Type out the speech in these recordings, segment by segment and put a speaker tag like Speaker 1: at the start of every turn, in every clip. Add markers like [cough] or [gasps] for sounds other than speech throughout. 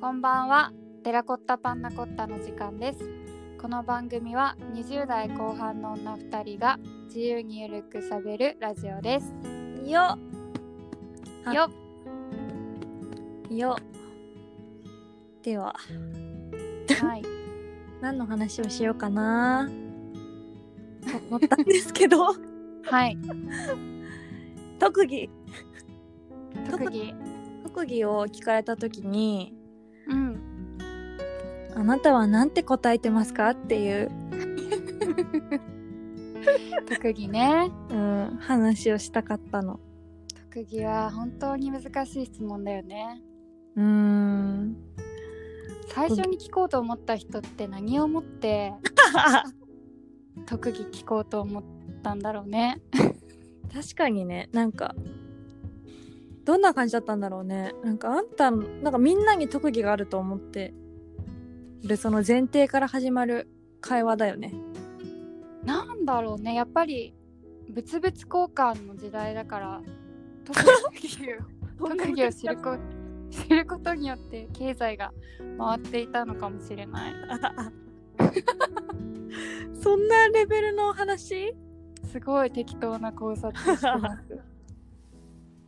Speaker 1: こんばんはテラコッタパンナコッタの時間ですこの番組は20代後半の女2人が自由にゆるくしゃべるラジオです
Speaker 2: よあ
Speaker 1: よ
Speaker 2: よでは
Speaker 1: っはい
Speaker 2: 何の話をしようかなと思ったんですけど [laughs]
Speaker 1: はい
Speaker 2: 特技
Speaker 1: 特技
Speaker 2: 特技を聞かれた時に
Speaker 1: うん
Speaker 2: 「あなたはなんて答えてますか?」っていう、
Speaker 1: 特技ね
Speaker 2: うん、話をしたかったの。
Speaker 1: 特技は本当に難しい質問だよね
Speaker 2: うーん [laughs]
Speaker 1: 最初に聞こうと思った人って何をもって特技聞こうと思ったんだろうね
Speaker 2: 確かにねなんかどんな感じだったんだろうねなんかあんたなんかみんなに特技があると思ってるその前提から始まる会話だよね
Speaker 1: なんだろうねやっぱり物々交換の時代だから特技を特技を知るこ知ることによって経済が回っていたのかもしれない
Speaker 2: [laughs] そんなレベルの話
Speaker 1: すごい適当な考察をしてます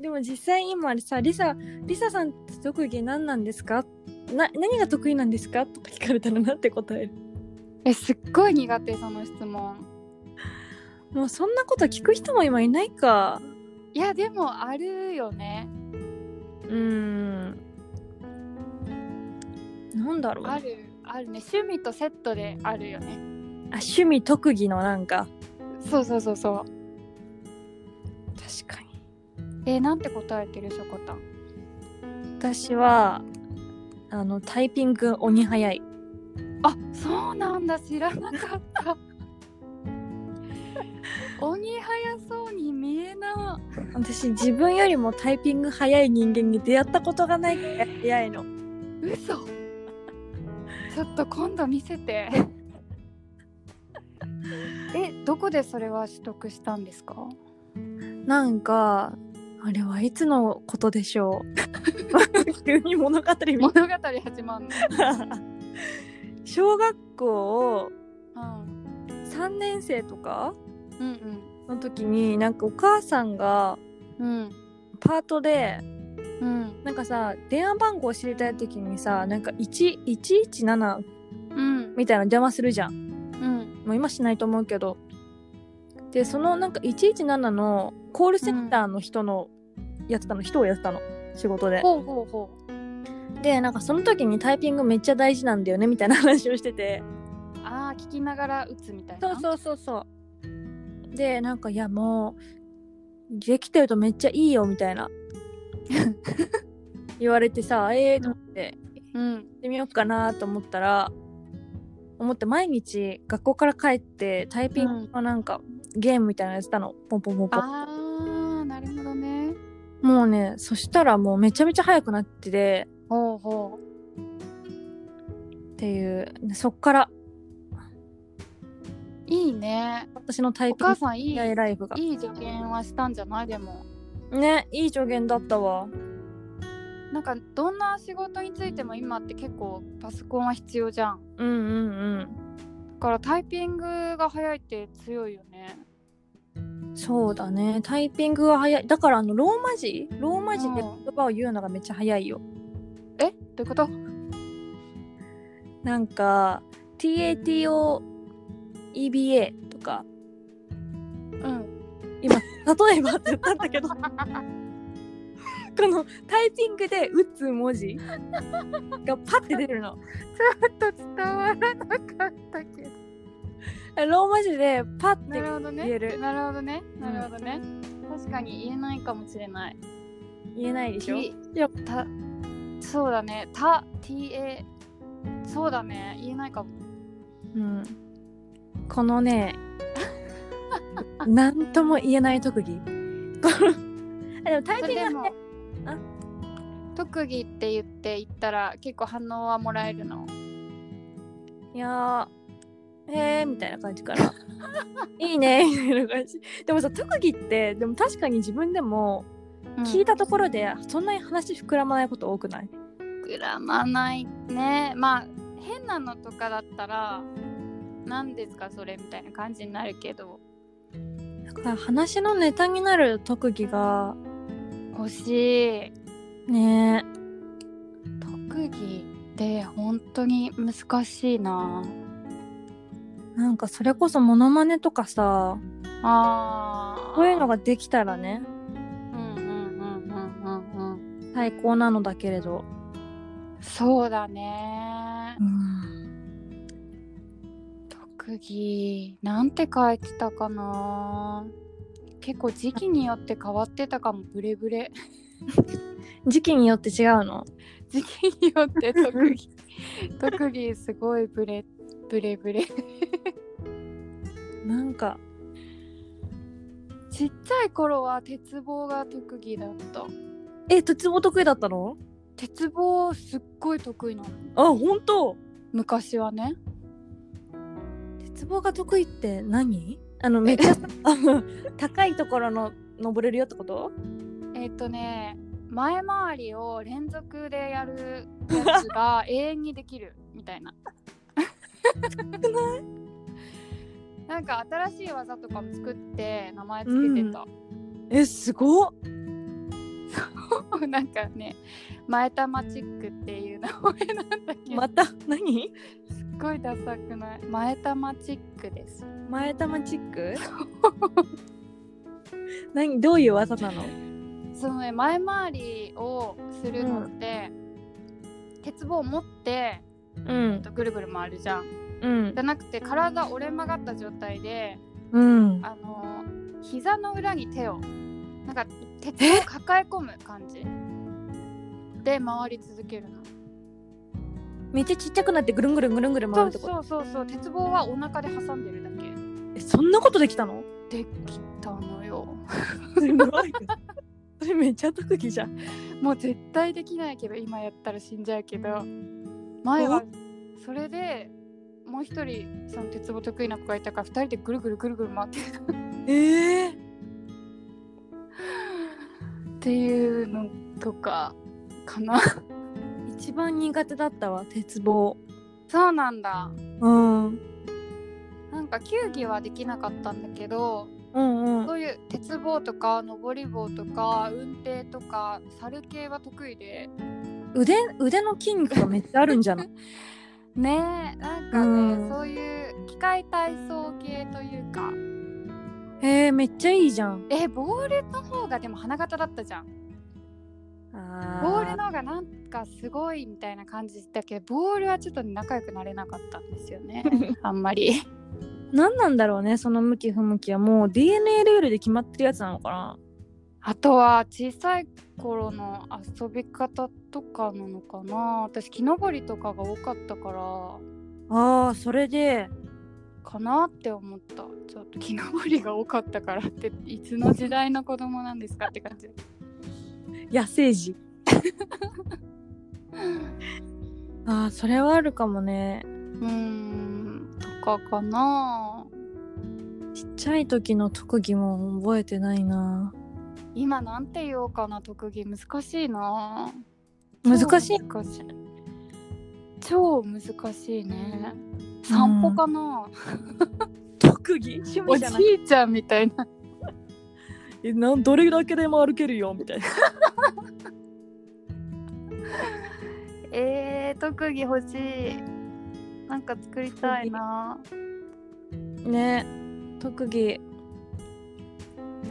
Speaker 2: でも実際今さリサリサさんって特技何なんですかな何が得意なんですかとか聞かれたらなんて答える
Speaker 1: えすっごい苦手その質問
Speaker 2: もうそんなこと聞く人も今いないか
Speaker 1: いやでもあるよね
Speaker 2: うーんなんだろうね
Speaker 1: あるあるね趣味とセットであるよね
Speaker 2: あ趣味特技のなんか
Speaker 1: そうそうそうそう
Speaker 2: 確かに
Speaker 1: えなんて答えてるしょこたん
Speaker 2: 私はあのタイピング鬼早い
Speaker 1: あそうなんだ知らなかった鬼早そうに見えな
Speaker 2: 私自分よりもタイピング早い人間に出会ったことがないくらい早いの
Speaker 1: 嘘ちょっと今度見せてえどこでそれは取得したんですか
Speaker 2: なんかあれはいつのことでしょう [laughs] 急に物語み
Speaker 1: 物語始まんの、
Speaker 2: たいな小学校
Speaker 1: うん、
Speaker 2: 3年生とか
Speaker 1: うん
Speaker 2: の時になんかお母さんが
Speaker 1: うん
Speaker 2: パートで
Speaker 1: うんうん
Speaker 2: なんかさ電話番号を知りたい時にさなんか1117
Speaker 1: うん
Speaker 2: みたいな邪魔するじゃん
Speaker 1: うん
Speaker 2: もう今しないと思うけどでそのなんか117のコールセンターの人のやってたの、人をやってたの仕事で
Speaker 1: ほうほうほう
Speaker 2: でなんかその時にタイピングめっちゃ大事なんだよねみたいな話をしてて
Speaker 1: あー聞きながら打つみたいな
Speaker 2: そうそうそうそうでなんかいやもうできてるとめっちゃいいよみたい [laughs] な言われてさええー、と思って
Speaker 1: うん
Speaker 2: やってみようかなと思ったら思って毎日学校から帰ってタイピングのなんか、ゲームみたいなのやってたのポンポンポンポン
Speaker 1: あーなるほどね
Speaker 2: もうねそしたらもうめちゃめちゃ早くなってて
Speaker 1: ほうほう
Speaker 2: っていうそっから
Speaker 1: いいね
Speaker 2: 私のタイ
Speaker 1: お
Speaker 2: ピン
Speaker 1: 母
Speaker 2: グ
Speaker 1: さんいい
Speaker 2: やライフが
Speaker 1: いい助言はしたんじゃないでも
Speaker 2: ねいい助言だったわ
Speaker 1: なんかどんな仕事についても今って結構パソコンは必要じゃん
Speaker 2: うんうん
Speaker 1: だからタイピングが早いって強いよね
Speaker 2: うんそうだねタイピングは早いだからあのローマ字ローマ字で
Speaker 1: うん
Speaker 2: 言葉を言うのがめっちゃ早いよ
Speaker 1: えどういうこと
Speaker 2: なんか TATOEBA とか
Speaker 1: うん
Speaker 2: 今例えばって言ったんだ [laughs] けどこのタイピングで打つ文字がパッて出るの
Speaker 1: ちょっと伝わらなかったけど
Speaker 2: ローマ字でパッて
Speaker 1: なるほどね
Speaker 2: 言える
Speaker 1: なるほどねなるほどね、確かに言えないかもしれない
Speaker 2: 言えないでしょ
Speaker 1: T
Speaker 2: や
Speaker 1: たそうだねた TA そうだね言えないかも
Speaker 2: うん、このねなんとも言えない特技このあでもタイ
Speaker 1: そ
Speaker 2: ピ
Speaker 1: れ
Speaker 2: ン
Speaker 1: で
Speaker 2: グは
Speaker 1: も
Speaker 2: ねあ
Speaker 1: 特技って言って言ったら結構反応はもらえるの
Speaker 2: いやーへえみたいな感じからいいねみたいな感じでもさ特技ってでも確かに自分でも
Speaker 1: うん
Speaker 2: 聞いたところでそんなに話膨らまないこと多くない、
Speaker 1: 膨らまないねまあ変なのとかだったら何ですかそれみたいな感じになるけど
Speaker 2: だから話のネタになる特技が
Speaker 1: 欲しい
Speaker 2: ね
Speaker 1: 特技って本当に難しいな
Speaker 2: なんかそれこそモノマネとかさ
Speaker 1: あー
Speaker 2: そういうのができたらね
Speaker 1: うんうんうんうんうんうん
Speaker 2: 最高なのだけれど、
Speaker 1: そうだね
Speaker 2: うん、
Speaker 1: 特技なんて書いてたかな結構時期によって変わってたかもブレブレ
Speaker 2: 時期によって違うの
Speaker 1: 時期によって特技特技すごいブレブレブレ
Speaker 2: なんか
Speaker 1: ちっちゃい頃は鉄棒が特技だった
Speaker 2: え鉄棒得意だったの
Speaker 1: 鉄棒すっごい得意なの
Speaker 2: あ本当
Speaker 1: 昔はね
Speaker 2: 鉄棒が得意って何あのめっちゃ [laughs] あの高いところの登れるよってこと
Speaker 1: えっ、とね前回りを連続でやるやつが永遠にできるみたいな。なんか新しい技とかも作って名前つけてた、
Speaker 2: えすごっ
Speaker 1: [laughs] なんかね前玉チックっていう名前なんだけど、
Speaker 2: また何
Speaker 1: すっごいダサくない前玉チックです
Speaker 2: 前玉チック [laughs] 何どういう技なの
Speaker 1: そのね前回りをするのって、鉄棒を持って
Speaker 2: うん
Speaker 1: ぐるぐる回るじゃん
Speaker 2: うん
Speaker 1: じゃなくて体折れ曲がった状態で
Speaker 2: うん
Speaker 1: あの膝の裏に手をなんか鉄を抱え込む感じで回り続けるの
Speaker 2: めっちゃちっちゃくなってぐるんぐるんぐるんぐるん
Speaker 1: そ
Speaker 2: 回る
Speaker 1: う
Speaker 2: ってこと
Speaker 1: そうそうそう鉄棒はお腹で挟んでるだけ
Speaker 2: えそんなことできたの
Speaker 1: できたのよ
Speaker 2: すごいそれめっちゃ特技じゃん
Speaker 1: もう絶対できないけど今やったら死んじゃうけど前はそれでもう一人その鉄棒得意な子がいたから二人でぐるぐるぐるぐる回ってる
Speaker 2: ええ
Speaker 1: っていうのとかかな [laughs]
Speaker 2: 一番苦手だったわ鉄棒
Speaker 1: そうなんだ
Speaker 2: うんうん
Speaker 1: なんか球技はできなかったんだけど
Speaker 2: うん
Speaker 1: そういう鉄棒とか登り棒とか運転とか猿系は得意で
Speaker 2: 腕腕の筋肉がめっちゃあるんじゃない
Speaker 1: ねえなんかね、
Speaker 2: うん
Speaker 1: そういう機械体操系というか
Speaker 2: [laughs] へえめっちゃいいじゃん
Speaker 1: えボールの方がでも花形だったじゃん
Speaker 2: あ
Speaker 1: ボールの方がなんかすごいみたいな感じだけどボールはちょっと仲良くなれなかったんですよねあんまり
Speaker 2: 何なんだろうねその向き不向きはもう DNA レベルで決まってるやつなのかな
Speaker 1: あとは小さい頃の遊び方とかなのかな私木登りとかが多かったから
Speaker 2: あーそれで
Speaker 1: かなって思ったちょっと [laughs] 木登りが多かったからっていつの時代の子供なんですかって感じ
Speaker 2: 野生児 [laughs] あーそれはあるかもね
Speaker 1: うーんとかかな
Speaker 2: ちっちゃい時の特技も覚えてないな
Speaker 1: 今なんて言おうかな特技難しいな
Speaker 2: 難しい
Speaker 1: 超難しい超難しいね散歩かな、
Speaker 2: 特技趣
Speaker 1: お
Speaker 2: 味
Speaker 1: じ
Speaker 2: じゃない
Speaker 1: いちゃんみたいな
Speaker 2: えなんどれだけでも歩けるよみたいな
Speaker 1: えー、特技欲しいなんか作りたいな
Speaker 2: ね特技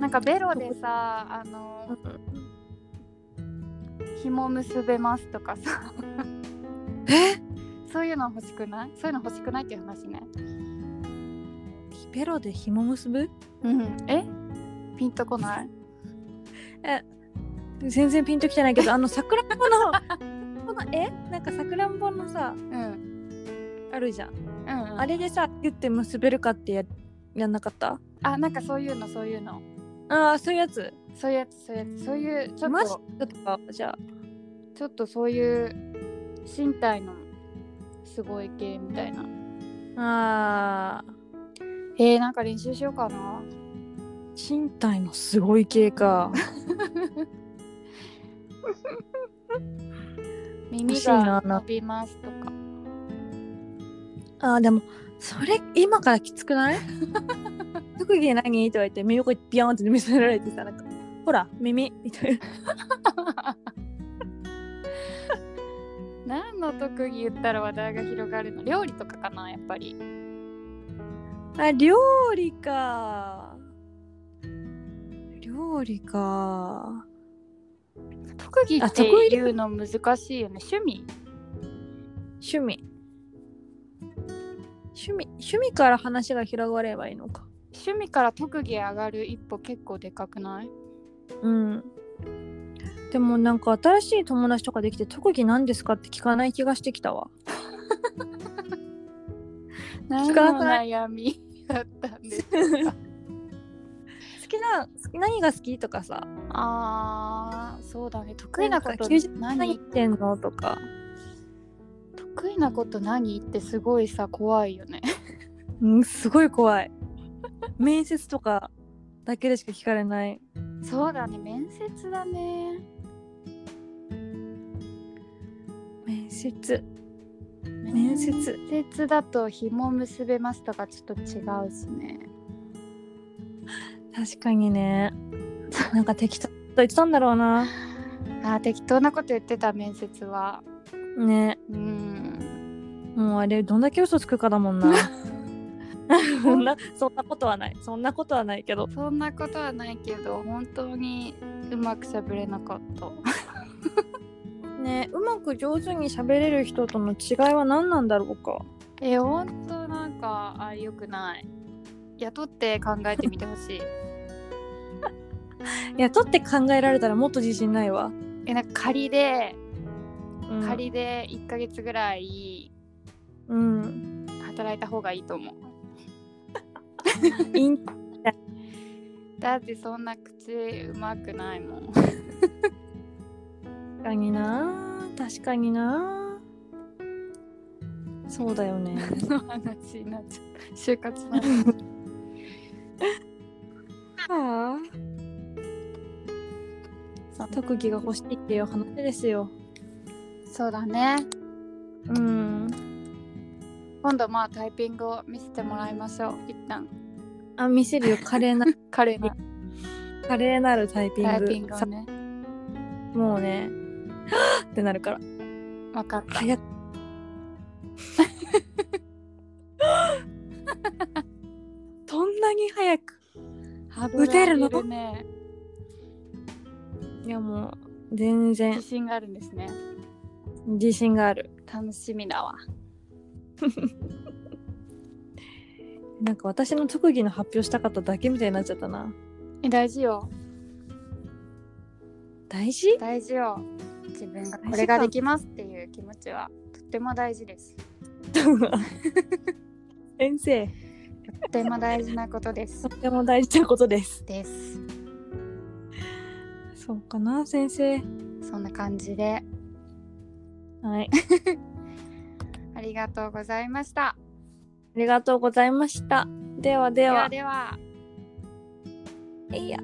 Speaker 1: なんかベロでさあの紐結べますとかさ
Speaker 2: え
Speaker 1: そういうの欲しくないそういうの欲しくないっていう話ね
Speaker 2: ベロで紐結ぶ
Speaker 1: うんえピンとこない
Speaker 2: 全然ピンときてないけどあのさくらんぼのこのえなんかさくらんぼのさ
Speaker 1: うんうん
Speaker 2: あるじゃん、
Speaker 1: うん
Speaker 2: あれでさギュッて結べるかってややんなかった
Speaker 1: あなんかそういうのそういうの
Speaker 2: ああそういうやつ
Speaker 1: そういうやつそういうやつそういうちょ
Speaker 2: マ
Speaker 1: っ
Speaker 2: ジ
Speaker 1: と
Speaker 2: とかじゃあ
Speaker 1: ちょっとそういう身体のすごい系みたいな
Speaker 2: あー
Speaker 1: えー、なんか練習しようかな
Speaker 2: 身体のすごい系か
Speaker 1: み耳
Speaker 2: しいな
Speaker 1: が
Speaker 2: な
Speaker 1: 伸びますとか
Speaker 2: あーでもそれ今からきつく [laughs] ない特技何とか言って耳をこうビヨーンって見せられてさなんかほら耳みたいな
Speaker 1: 何の特技言ったら話題が広がるの料理とかかなやっぱり
Speaker 2: あ料理か料理か
Speaker 1: 特技
Speaker 2: あ
Speaker 1: って
Speaker 2: 得意
Speaker 1: 言うの難しいよね趣味
Speaker 2: 趣味趣味趣味から話が広がればいいのか
Speaker 1: 趣味から特技へ上がる一歩結構でかくない
Speaker 2: うんでもなんか新しい友達とかできて特技何ですかって聞かない気がしてきたわ
Speaker 1: 何の悩みだったんです
Speaker 2: [laughs]
Speaker 1: か
Speaker 2: 好きな何が好きとかさ
Speaker 1: あーそうだね得意なこと
Speaker 2: なんか90何
Speaker 1: 何
Speaker 2: 言ってんのとか
Speaker 1: 得意なこと何ってすごいさ怖いよね
Speaker 2: うん、すごい怖い。 [laughs] 面接とかだけでしか聞かれない。
Speaker 1: そうだね面接だね
Speaker 2: 面接。
Speaker 1: 面
Speaker 2: 接
Speaker 1: 面接だと紐結べますとかちょっと違うしね
Speaker 2: 確かにね。なんか適当と言ってたんだろうな。
Speaker 1: あー適当なこと言ってた面接は
Speaker 2: ね。
Speaker 1: うん
Speaker 2: もうあれ、どんだけ嘘つくかだもん [laughs] な。そんな、そんなことはない。そんなことはないけど。
Speaker 1: そんなことはないけど本当にうまくしゃべれなかった [laughs]
Speaker 2: ねうまく上手に喋れる人との違いは何なんだろうか。
Speaker 1: えほんとなんかあよくない雇って考えてみてほしい [laughs]
Speaker 2: いや、とって考えられたらもっと自信ないわ。
Speaker 1: えなんか仮で
Speaker 2: うん、
Speaker 1: 仮で1ヶ月ぐらい
Speaker 2: うん。
Speaker 1: 働いた方がいいと思う
Speaker 2: イン
Speaker 1: だってそんな口うまくないもん
Speaker 2: 確かにな。確かにな。そうだよね。
Speaker 1: の話になっちゃう就活の話
Speaker 2: はあ。特技が欲しいっていう話ですよ。
Speaker 1: そうだね
Speaker 2: うん。
Speaker 1: 今度まあタイピングを見せてもらいましょう一旦
Speaker 2: あ、見せるよ。華 [laughs] 麗な、
Speaker 1: 華麗な
Speaker 2: 華麗なるタイピング。
Speaker 1: タイピングをね
Speaker 2: さもうね、 [gasps] はぁってなるから。
Speaker 1: 分かった
Speaker 2: 早く。そんなに早く。
Speaker 1: 打
Speaker 2: てるの
Speaker 1: ね
Speaker 2: いやもう、全然
Speaker 1: 自信があるんですね
Speaker 2: 自信がある。
Speaker 1: 楽しみだわ
Speaker 2: なんか私の特技の発表したかっただけみたいになっちゃったな。
Speaker 1: え大事よ
Speaker 2: 大事
Speaker 1: 大事よ自分がこれができますっていう気持ちはとっても大事です
Speaker 2: [laughs] 先生、
Speaker 1: とっても大事なことです
Speaker 2: とても大事なことです。
Speaker 1: です
Speaker 2: そうかな、先生。
Speaker 1: そんな感じで
Speaker 2: はい。
Speaker 1: ありがとうございました
Speaker 2: ありがとうございました。ではで
Speaker 1: で
Speaker 2: は
Speaker 1: は。では
Speaker 2: えいや